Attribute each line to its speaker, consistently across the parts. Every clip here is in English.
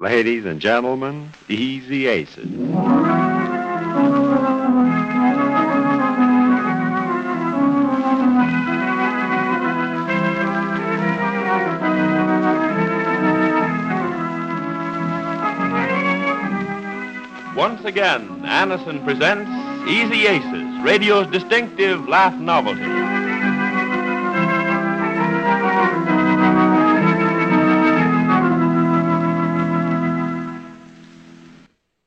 Speaker 1: Ladies and gentlemen, Easy Aces.
Speaker 2: Once again, Anderson presents Easy Aces, radio's distinctive laugh novelty.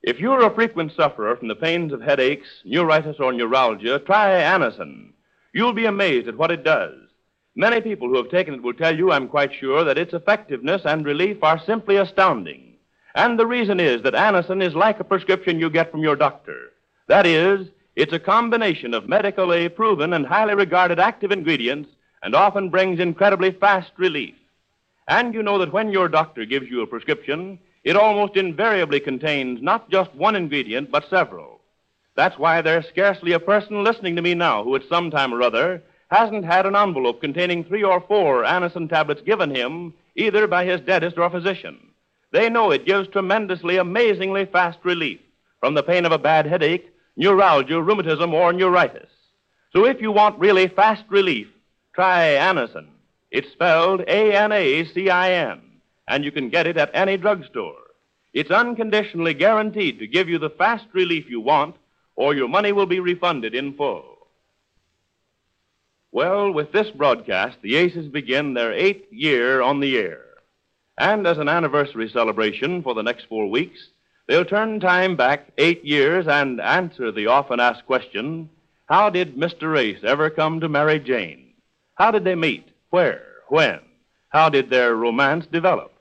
Speaker 2: If you're a frequent sufferer from the pains of headaches, neuritis, or neuralgia, try Anison. You'll be amazed at what it does. Many people who have taken it will tell you, I'm quite sure, that its effectiveness and relief are simply astounding. And the reason is that Anison is like a prescription you get from your doctor. That is, it's a combination of medically proven and highly regarded active ingredients and often brings incredibly fast relief. And you know that when your doctor gives you a prescription, it almost invariably contains not just one ingredient, but several. That's why there's scarcely a person listening to me now who, at some time or other, hasn't had an envelope containing three or four Anison tablets given him, either by his dentist or physician. They know it gives tremendously, amazingly fast relief from the pain of a bad headache, neuralgia, rheumatism, or neuritis. So if you want really fast relief, try Anacin. It's spelled A-N-A-C-I-N, and you can get it at any drugstore. It's unconditionally guaranteed to give you the fast relief you want, or your money will be refunded in full. Well, with this broadcast, the Aces begin their eighth year on the air. And as an anniversary celebration for the next four weeks, they'll turn time back eight years and answer the often asked question How did Mr. Ace ever come to marry Jane? How did they meet? Where? When? How did their romance develop?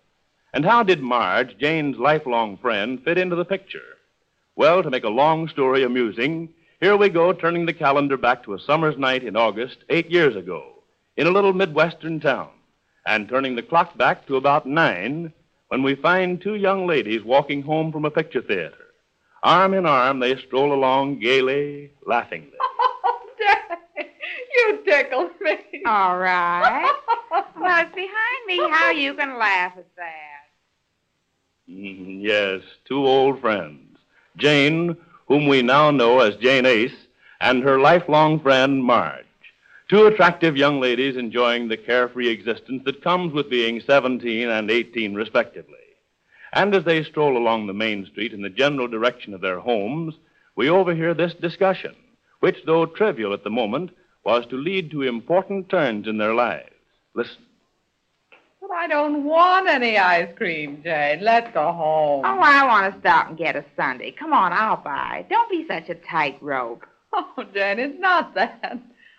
Speaker 2: And how did Marge, Jane's lifelong friend, fit into the picture? Well, to make a long story amusing, here we go turning the calendar back to a summer's night in August, eight years ago, in a little Midwestern town and turning the clock back to about nine when we find two young ladies walking home from a picture theater. Arm in arm, they stroll along gaily, laughingly.
Speaker 3: You tickled me.
Speaker 4: All right. well, it's behind me. How you can laugh at that?
Speaker 2: Mm, yes, two old friends. Jane, whom we now know as Jane Ace, and her lifelong friend, Marge. Two attractive young ladies enjoying the carefree existence that comes with being 17 and 18, respectively. And as they stroll along the main street in the general direction of their homes, we overhear this discussion, which, though trivial at the moment, was to lead to important turns in their lives. Listen.
Speaker 3: But I don't want any ice cream, Jane. Let's go home.
Speaker 4: Oh, I want to stop and get a Sunday. Come on, I'll buy. it. Don't be such a tightrope.
Speaker 3: Oh, Jane, it's not that.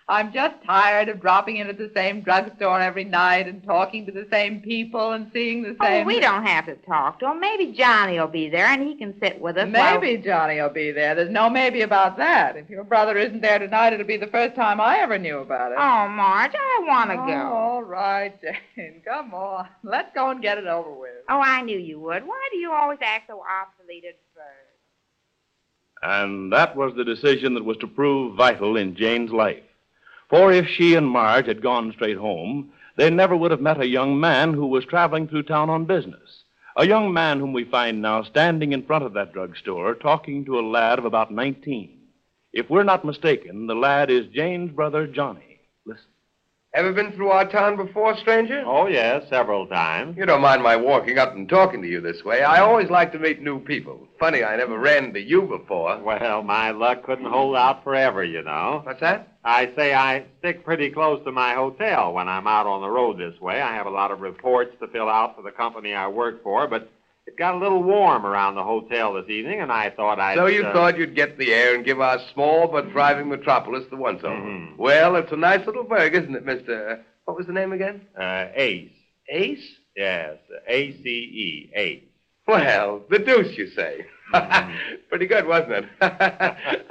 Speaker 3: I'm just tired of dropping into the same drugstore every night and talking to the same people and seeing the
Speaker 4: Oh,
Speaker 3: same.
Speaker 4: we don't have to talk to him. Maybe Johnny will be there and he can sit with us. while-
Speaker 3: Maybe Johnny will be there. There's no maybe about that. If your brother isn't there tonight, it'll be the first time I ever knew about it.
Speaker 4: Oh, Marge, I want to
Speaker 3: Oh,
Speaker 4: go.
Speaker 3: all right, Jane. Come on. Let's go and get it over with.
Speaker 4: Oh, I knew you would. Why do you always act so obsolete at first?
Speaker 2: And that was the decision that was to prove vital in Jane's life. For if she and Marge had gone straight home, they never would have met a young man who was traveling through town on business. A young man whom we find now standing in front of that drugstore talking to a lad of about 19. If we're not mistaken, the lad is Jane's brother, Johnny. Listen.
Speaker 5: Ever been through our town before, stranger?
Speaker 1: Oh, yes, several times.
Speaker 5: You don't mind my walking up and talking to you this way. I always like to meet new people. Funny, I never ran into you before.
Speaker 1: Well, my luck couldn't hold out forever, you know.
Speaker 5: What's that?
Speaker 1: I say I stick pretty close to my hotel when I'm out on the road this way. I have a lot of reports to fill out for the company I work for, but it got a little warm around the hotel this evening, and I thought I'd.
Speaker 5: So you
Speaker 1: uh,
Speaker 5: thought you'd get the air and give our small but thriving metropolis the once over.
Speaker 1: Mhm.
Speaker 5: Well, it's a nice little burg, isn't it, Mr. What was the name again?
Speaker 1: Uh, Ace.
Speaker 5: Ace?
Speaker 1: Yes, A C E, Ace.
Speaker 5: Well, the deuce, you say.
Speaker 1: Mm-hmm.
Speaker 5: Pretty good, wasn't
Speaker 1: uh,
Speaker 5: it?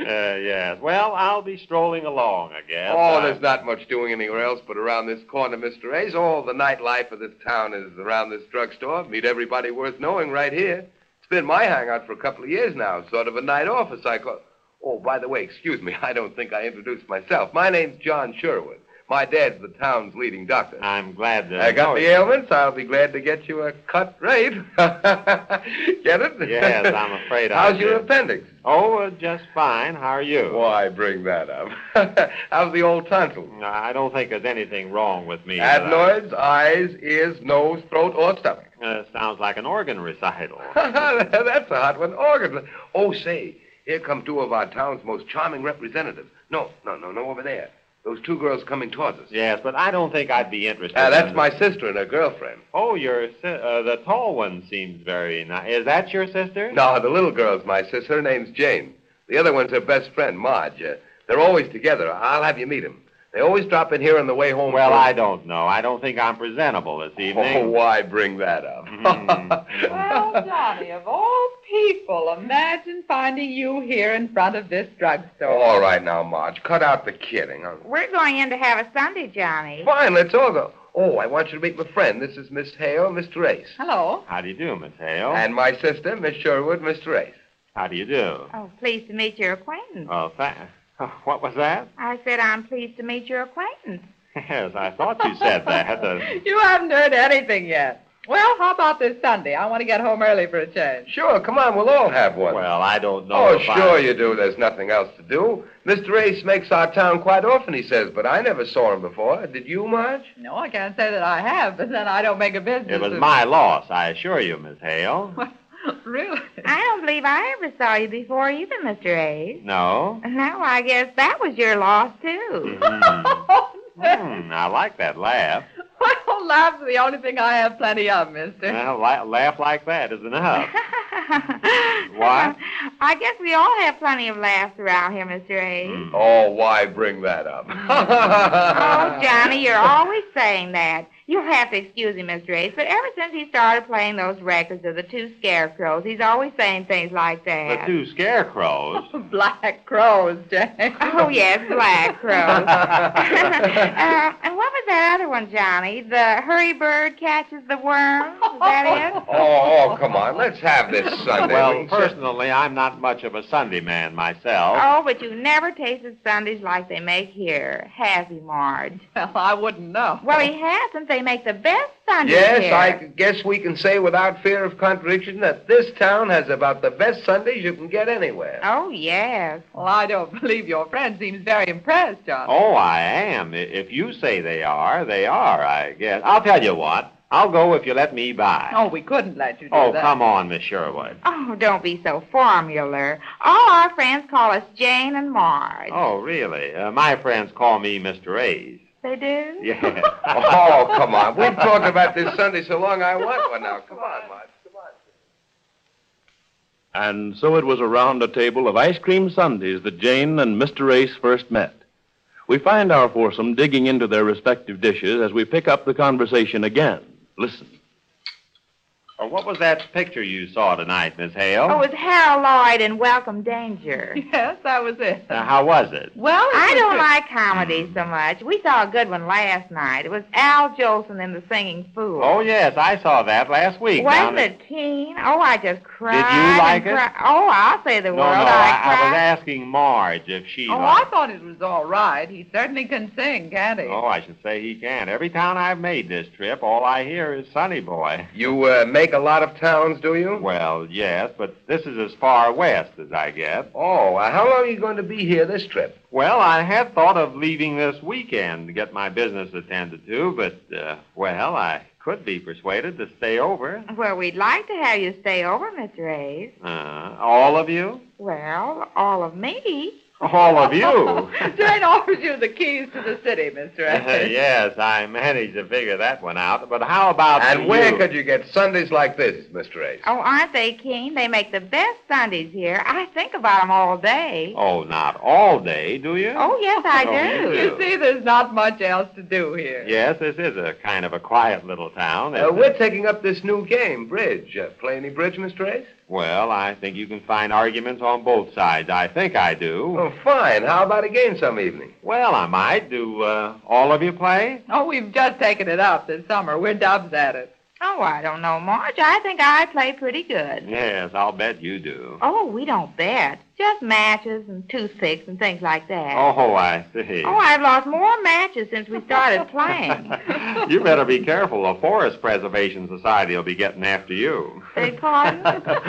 Speaker 1: yes. Well, I'll be strolling along, I guess.
Speaker 5: Oh,
Speaker 1: I-
Speaker 5: there's not much doing anywhere else but around this corner, Mr. Ace. All the nightlife of this town is around this drugstore. Meet everybody worth knowing right here. It's been my hangout for a couple of years now, sort of a night off, as I call. Oh, by the way, excuse me. I don't think I introduced myself. My name's John Sherwood. My dad's the town's leading doctor.
Speaker 1: I'm glad to.
Speaker 5: I got
Speaker 1: know
Speaker 5: the
Speaker 1: Ah, you.
Speaker 5: ailments. I'll be glad to get you a cut rate. get it?
Speaker 1: Yes, I'm afraid I
Speaker 5: How's your
Speaker 1: did.
Speaker 5: appendix?
Speaker 1: Oh, uh, just fine. How are you?
Speaker 5: Why bring that up? How's the old tonsil?
Speaker 1: No, I don't think there's anything wrong with me. but I-
Speaker 5: Adenoids, eyes, ears, nose, throat, or stomach.
Speaker 1: Uh, sounds like an organ recital.
Speaker 5: That's a hot one. Organ. Oh, say, here come two of our town's most charming representatives. No, no, no, no, over there. Those two girls coming towards us.
Speaker 1: yes, but I don't think I'd be interested.
Speaker 5: Uh, that's
Speaker 1: in-
Speaker 5: my sister and her girlfriend.
Speaker 1: Oh, your si- uh, the tall one seems very nice. Is that your sister?
Speaker 5: No, the little girl's my sister. Her name's Jane. The other one's her best friend, Marge. Uh, they're always together. I'll have you meet 'em. They always drop in here on the way home.
Speaker 1: Well,
Speaker 5: from-
Speaker 1: I don't know. I don't think I'm presentable this evening.
Speaker 5: Oh,
Speaker 1: Hmm.
Speaker 5: why bring that up?
Speaker 3: Well, Johnny, of all people, imagine finding you here in front of this drugstore.
Speaker 5: All right now, Marge. Cut out the kidding. huh?
Speaker 4: We're going in to have a Sunday, Johnny.
Speaker 5: Fine, let's all go. Oh, I want you to meet my friend. This is Miss Hale, Mr. Ace.
Speaker 3: Hello.
Speaker 1: How do you do, Miss Hale?
Speaker 5: And my sister, Miss Sherwood, Mr. Ace.
Speaker 1: How do you do?
Speaker 4: Oh, pleased to meet your acquaintance.
Speaker 1: Well, tha- what was that?
Speaker 4: I said I'm pleased to meet your acquaintance.
Speaker 1: Yes, I thought you said that. Uh,
Speaker 3: You haven't heard anything yet. Well, how about this Sunday? I want to get home early for a change.
Speaker 5: Sure, come on, we'll all have one.
Speaker 1: well, I don't know.
Speaker 5: oh,
Speaker 1: if I-
Speaker 5: sure you do. There's nothing else to do. Mr. Ace makes our town quite often, he says, but I never saw him before. Did you, Marge?
Speaker 3: No, I can't say that I have, but then I don't make a business.
Speaker 1: It was
Speaker 3: of-
Speaker 1: my loss, I assure you, Miss Hale.
Speaker 3: really?
Speaker 4: I don't believe I ever saw you before either, Mr. A's.
Speaker 1: No?
Speaker 4: No, I guess that was your loss, too.
Speaker 1: Mm.
Speaker 3: Oh,
Speaker 1: Mm, I like that laugh.
Speaker 3: well, laughs are the only thing I have plenty of, mister.
Speaker 1: Well, la- laugh like that is enough.
Speaker 4: Why? I guess we all have plenty of laughs around here, Mr. A's.
Speaker 1: Mm.
Speaker 5: Oh, why bring that up?
Speaker 4: Oh, Johnny, you're always saying that. You'll have to excuse him, Mr. Ace, but ever since he started playing those records of the two scarecrows, he's always saying things like
Speaker 1: The
Speaker 4: that.
Speaker 1: two scarecrows.
Speaker 3: Black crows, Jack.
Speaker 4: Oh, yes, Black Crow. uh, and what was that other one, Johnny? The hurry bird catches the worm? Is that it?
Speaker 5: Oh, oh, come on. Let's have this Sunday.
Speaker 1: Well,
Speaker 5: We can sit-
Speaker 1: personally, I'm not much of a Sunday man myself.
Speaker 4: Oh, but you never tasted Sundays like they make here, has he, Marge?
Speaker 3: Well, I wouldn't know.
Speaker 4: Well, he hasn't. They make the best Sundays
Speaker 5: Yes,
Speaker 4: here.
Speaker 5: I guess we can say without fear of contradiction that this town has about the best Sundays you can get anywhere.
Speaker 4: Oh, yes.
Speaker 3: Well, I don't believe your friend seems very impressed, Johnny.
Speaker 1: Oh, I am. I- If you say they are, they are, I guess. I'll tell you what. I'll go if you let me by.
Speaker 3: Oh, we couldn't let you do
Speaker 1: Oh,
Speaker 3: that.
Speaker 1: come on, Miss Sherwood.
Speaker 4: Oh, don't be so formular. All our friends call us Jane and Marge.
Speaker 1: Oh, really? Uh, my friends call me Mr. A's.
Speaker 4: They do?
Speaker 1: Yeah.
Speaker 5: Oh, come on. We've talked about this Sunday so long, I want one now. Come on, Marge. Come on.
Speaker 2: And so it was around a table of ice cream sundaes that Jane and Mr. Ace first met. We find our foursome digging into their respective dishes as we pick up the conversation again. Listen.
Speaker 1: Uh, what was that picture you saw tonight, Miss Hale?
Speaker 4: Oh, it's Harold Lloyd and Welcome Danger.
Speaker 3: Yes, that was it.
Speaker 1: Now, Uh, how was it?
Speaker 3: Well, it
Speaker 4: I
Speaker 3: was
Speaker 4: don't
Speaker 3: good.
Speaker 4: like comedies so much. We saw a good one last night. It was Al Jolson in The Singing Fool.
Speaker 1: Oh, yes, I saw that last week. down
Speaker 4: Wasn't
Speaker 1: at-
Speaker 4: it keen? Oh, I just cried.
Speaker 1: like
Speaker 4: and
Speaker 1: it?
Speaker 4: cri- Oh, I'll say the
Speaker 1: No, no,
Speaker 4: word.
Speaker 1: I,
Speaker 4: I,
Speaker 1: I was
Speaker 4: cried.
Speaker 1: asking Marge if she.
Speaker 3: Oh, I
Speaker 1: liked-
Speaker 3: thought it was all right. He certainly can sing, can't he?
Speaker 1: Oh, I should say he can. Every town I've made this trip, all I hear is Sonny Boy.
Speaker 5: You uh, make a lot of towns, do you?
Speaker 1: Well, yes, but this is as far west as I get.
Speaker 5: Oh, uh, how long are you going to be here this trip?
Speaker 1: Well, I had thought of leaving this weekend to get my business attended to, but, uh, well, I could be persuaded to stay over.
Speaker 4: Well, we'd like to have you stay over, Mr. Hayes.
Speaker 1: Uh, all of you?
Speaker 4: Well, all of me.
Speaker 1: All of you? Uh-huh,
Speaker 3: Jane offers you the keys to the city, Mr. Evans.
Speaker 1: yes, I managed to figure that one out. But how about
Speaker 5: And where
Speaker 1: you?
Speaker 5: could you get Sundays like this, Mr. Ace?
Speaker 4: Oh, aren't they keen? They make the best Sundays here. I think about them all day.
Speaker 1: Oh, not all day, do you?
Speaker 4: Oh, yes, I
Speaker 1: Oh,
Speaker 4: do.
Speaker 1: you
Speaker 3: You see, there's not much else to do here.
Speaker 1: Yes, this is a kind of a quiet little town.
Speaker 5: Uh,
Speaker 1: isn't
Speaker 5: we're
Speaker 1: it?
Speaker 5: taking up this new game, bridge. Uh, play any bridge, Mr. Ace?
Speaker 1: Well, I think you can find arguments on both sides. I think I do.
Speaker 5: Oh, fine. How about a game some evening?
Speaker 1: Well, I might. Do uh, all of you play?
Speaker 3: Oh, we've just taken it up this summer. We're dubs at it.
Speaker 4: Oh, I don't know, Marge. I think I play pretty good.
Speaker 1: Yes, I'll bet you do.
Speaker 4: Oh, we don't bet. Just matches and toothpicks and things like that.
Speaker 1: Oh, I see.
Speaker 4: Oh, I've lost more matches since we started playing.
Speaker 1: you better be careful. The Forest Preservation Society will be getting after you.
Speaker 4: Beg pardon?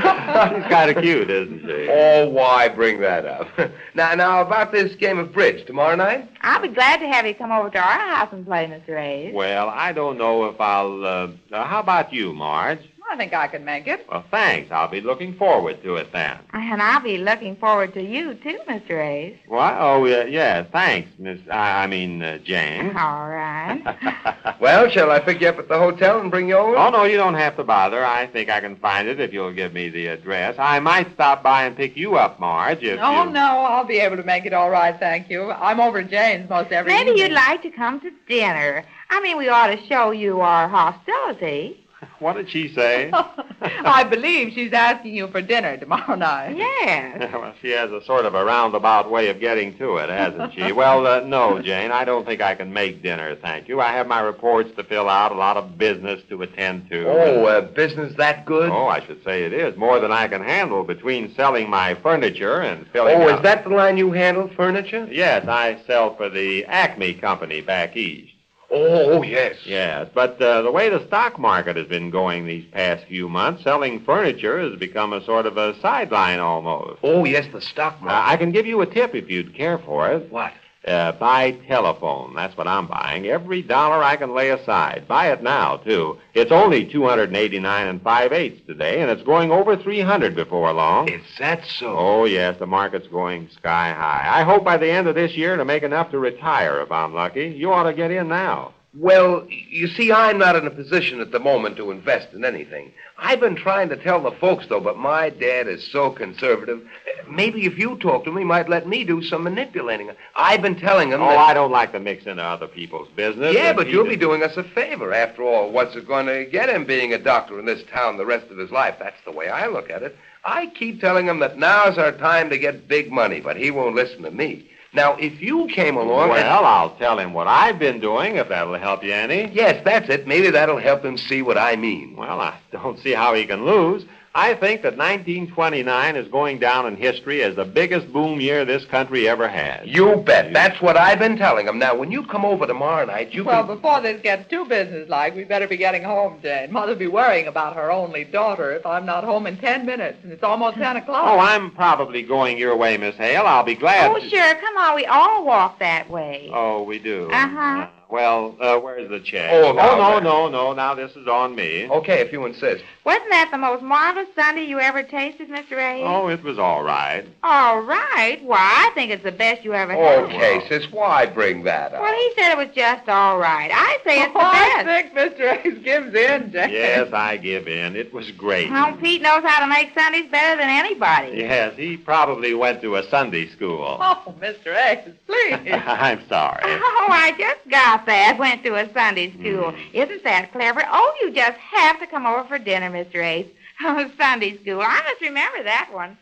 Speaker 1: She's kind of cute, isn't she?
Speaker 5: Oh, why bring that up? now, now about this game of bridge tomorrow night.
Speaker 4: I'll be glad to have you come over to our house and play, Miss Reyes.
Speaker 1: Well, I don't know if I'll. Uh, uh, how about you, Marge?
Speaker 3: I think I can make it.
Speaker 1: Well, thanks. I'll be looking forward to it then.
Speaker 4: And I'll be looking forward to you, too, Miss Reyes.
Speaker 1: What? Oh, yeah, yeah. Thanks, Miss. I, I mean, uh, Jane.
Speaker 4: All right.
Speaker 5: Well, shall I pick you up at the hotel and bring you over?
Speaker 1: Oh, no, you don't have to bother. I think I can find it if you'll give me the address. I might stop by and pick you up, Marge, if
Speaker 3: Oh,
Speaker 1: you...
Speaker 3: no, I'll be able to make it all right, thank you. I'm over at Jane's most every
Speaker 4: Maybe you'd
Speaker 3: evening.
Speaker 4: like to come to dinner. I mean, we ought to show you our hospitality.
Speaker 1: What did she say?
Speaker 3: I believe she's asking you for dinner tomorrow night.
Speaker 4: Yes.
Speaker 1: well, she has a sort of a roundabout way of getting to it, hasn't she? well, uh, no, Jane, I don't think I can make dinner, thank you. I have my reports to fill out, a lot of business to attend to.
Speaker 5: Oh, uh, business that good?
Speaker 1: Oh, I should say it is. More than I can handle between selling my furniture and filling
Speaker 5: Oh,
Speaker 1: out-
Speaker 5: is that the line you handle, furniture?
Speaker 1: Yes, I sell for the Acme Company back east.
Speaker 5: Oh, oh, yes.
Speaker 1: Yes, but uh, the way the stock market has been going these past few months, selling furniture has become a sort of a sideline almost.
Speaker 5: Oh, yes, the stock
Speaker 1: Uh, I
Speaker 5: market.
Speaker 1: can give you a tip if you'd care for it.
Speaker 5: What?
Speaker 1: Uh, buy telephone. That's what I'm buying. Every dollar I can lay aside. Buy it now, too. It's only 289 and 5 eighths today, and it's going over 300 before long.
Speaker 5: Is that so?
Speaker 1: Oh, yes, the market's going sky high. I hope by the end of this year to make enough to retire if I'm lucky. You ought to get in now.
Speaker 5: Well, you see, I'm not in a position at the moment to invest in anything. I've been trying to tell the folks, though, but my dad is so conservative. Uh, Maybe if you talk to him, he might let me do some manipulating. I've been telling him.
Speaker 1: Oh,
Speaker 5: that...
Speaker 1: I don't like to mix into other people's business.
Speaker 5: Yeah,
Speaker 1: And
Speaker 5: but
Speaker 1: he
Speaker 5: you'll be
Speaker 1: did-
Speaker 5: doing us a favor. After all, what's it going to get him being a doctor in this town the rest of his life? That's the way I look at it. I keep telling him that now's our time to get big money, but he won't listen to me. Now, if you came along. and-
Speaker 1: Well, I'll tell him what I've been doing if that'll help you any.
Speaker 5: Yes, that's it. Maybe that'll help him see what I mean.
Speaker 1: Well, I don't see how he can lose. I think that 1929 is going down in history as the biggest boom year this country ever had.
Speaker 5: You bet. That's what I've been telling him. Now, when you come over tomorrow night, you
Speaker 3: Well,
Speaker 5: can...
Speaker 3: before this gets too businesslike, we better be getting home, Jane. Mother'll be worrying about her only daughter if I'm not home in ten minutes, and it's almost ten
Speaker 1: Oh,
Speaker 3: o'clock.
Speaker 1: I'm probably going your way, Miss Hale. I'll be glad.
Speaker 4: Oh,
Speaker 1: to-
Speaker 4: sure. Come on. We all walk that way.
Speaker 1: Oh, we do.
Speaker 4: Uh-huh.
Speaker 1: well, uh, where's the check?
Speaker 5: Oh, now
Speaker 1: no,
Speaker 5: there.
Speaker 1: no, no. Now this is on me.
Speaker 5: Okay, if you insist.
Speaker 4: Wasn't that the most marvelous Sunday you ever tasted, Mr. Reyes?
Speaker 1: Oh, it was all right.
Speaker 4: All right. Why, I think it's the best you ever
Speaker 3: Oh,
Speaker 4: had.
Speaker 5: Okay, sis, why bring that up?
Speaker 4: Well, he said it was just all right. I say it's the
Speaker 3: Oh, I
Speaker 4: best.
Speaker 3: think Mr. Ace gives in, Jane.
Speaker 1: Yes, I give in. It was great.
Speaker 4: Home Pete knows how to make Sundays better than anybody.
Speaker 1: Yes, he probably went to a Sunday school.
Speaker 3: Oh, Mr. Ace, please.
Speaker 1: I'm sorry.
Speaker 4: Oh, I just got that. Went to a Sunday school. Isn't that clever? Oh, you just have to come over for dinner, Mr. Ace. Oh, Sunday school. I must remember that one.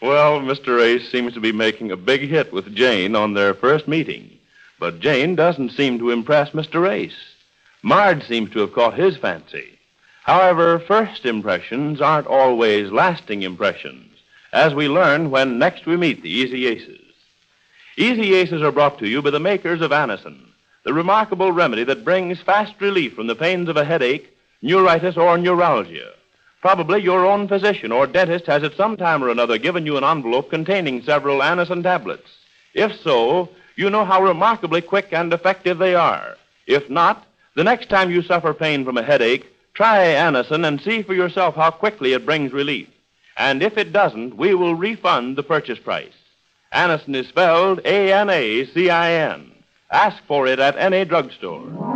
Speaker 2: Well, Mr. Ace seems to be making a big hit with Jane on their first meeting. But Jane doesn't seem to impress Mr. Ace. Marge seems to have caught his fancy. However, first impressions aren't always lasting impressions, as we learn when next we meet the Easy Aces. Easy Aces are brought to you by the makers of Anison, the remarkable remedy that brings fast relief from the pains of a headache, neuritis, or neuralgia. Probably your own physician or dentist has at some time or another given you an envelope containing several Anison tablets. If so, you know how remarkably quick and effective they are. If not, the next time you suffer pain from a headache, try Anison and see for yourself how quickly it brings relief. And if it doesn't, we will refund the purchase price. Anison is spelled A-N-A-C-I-N. Ask for it at any drugstore.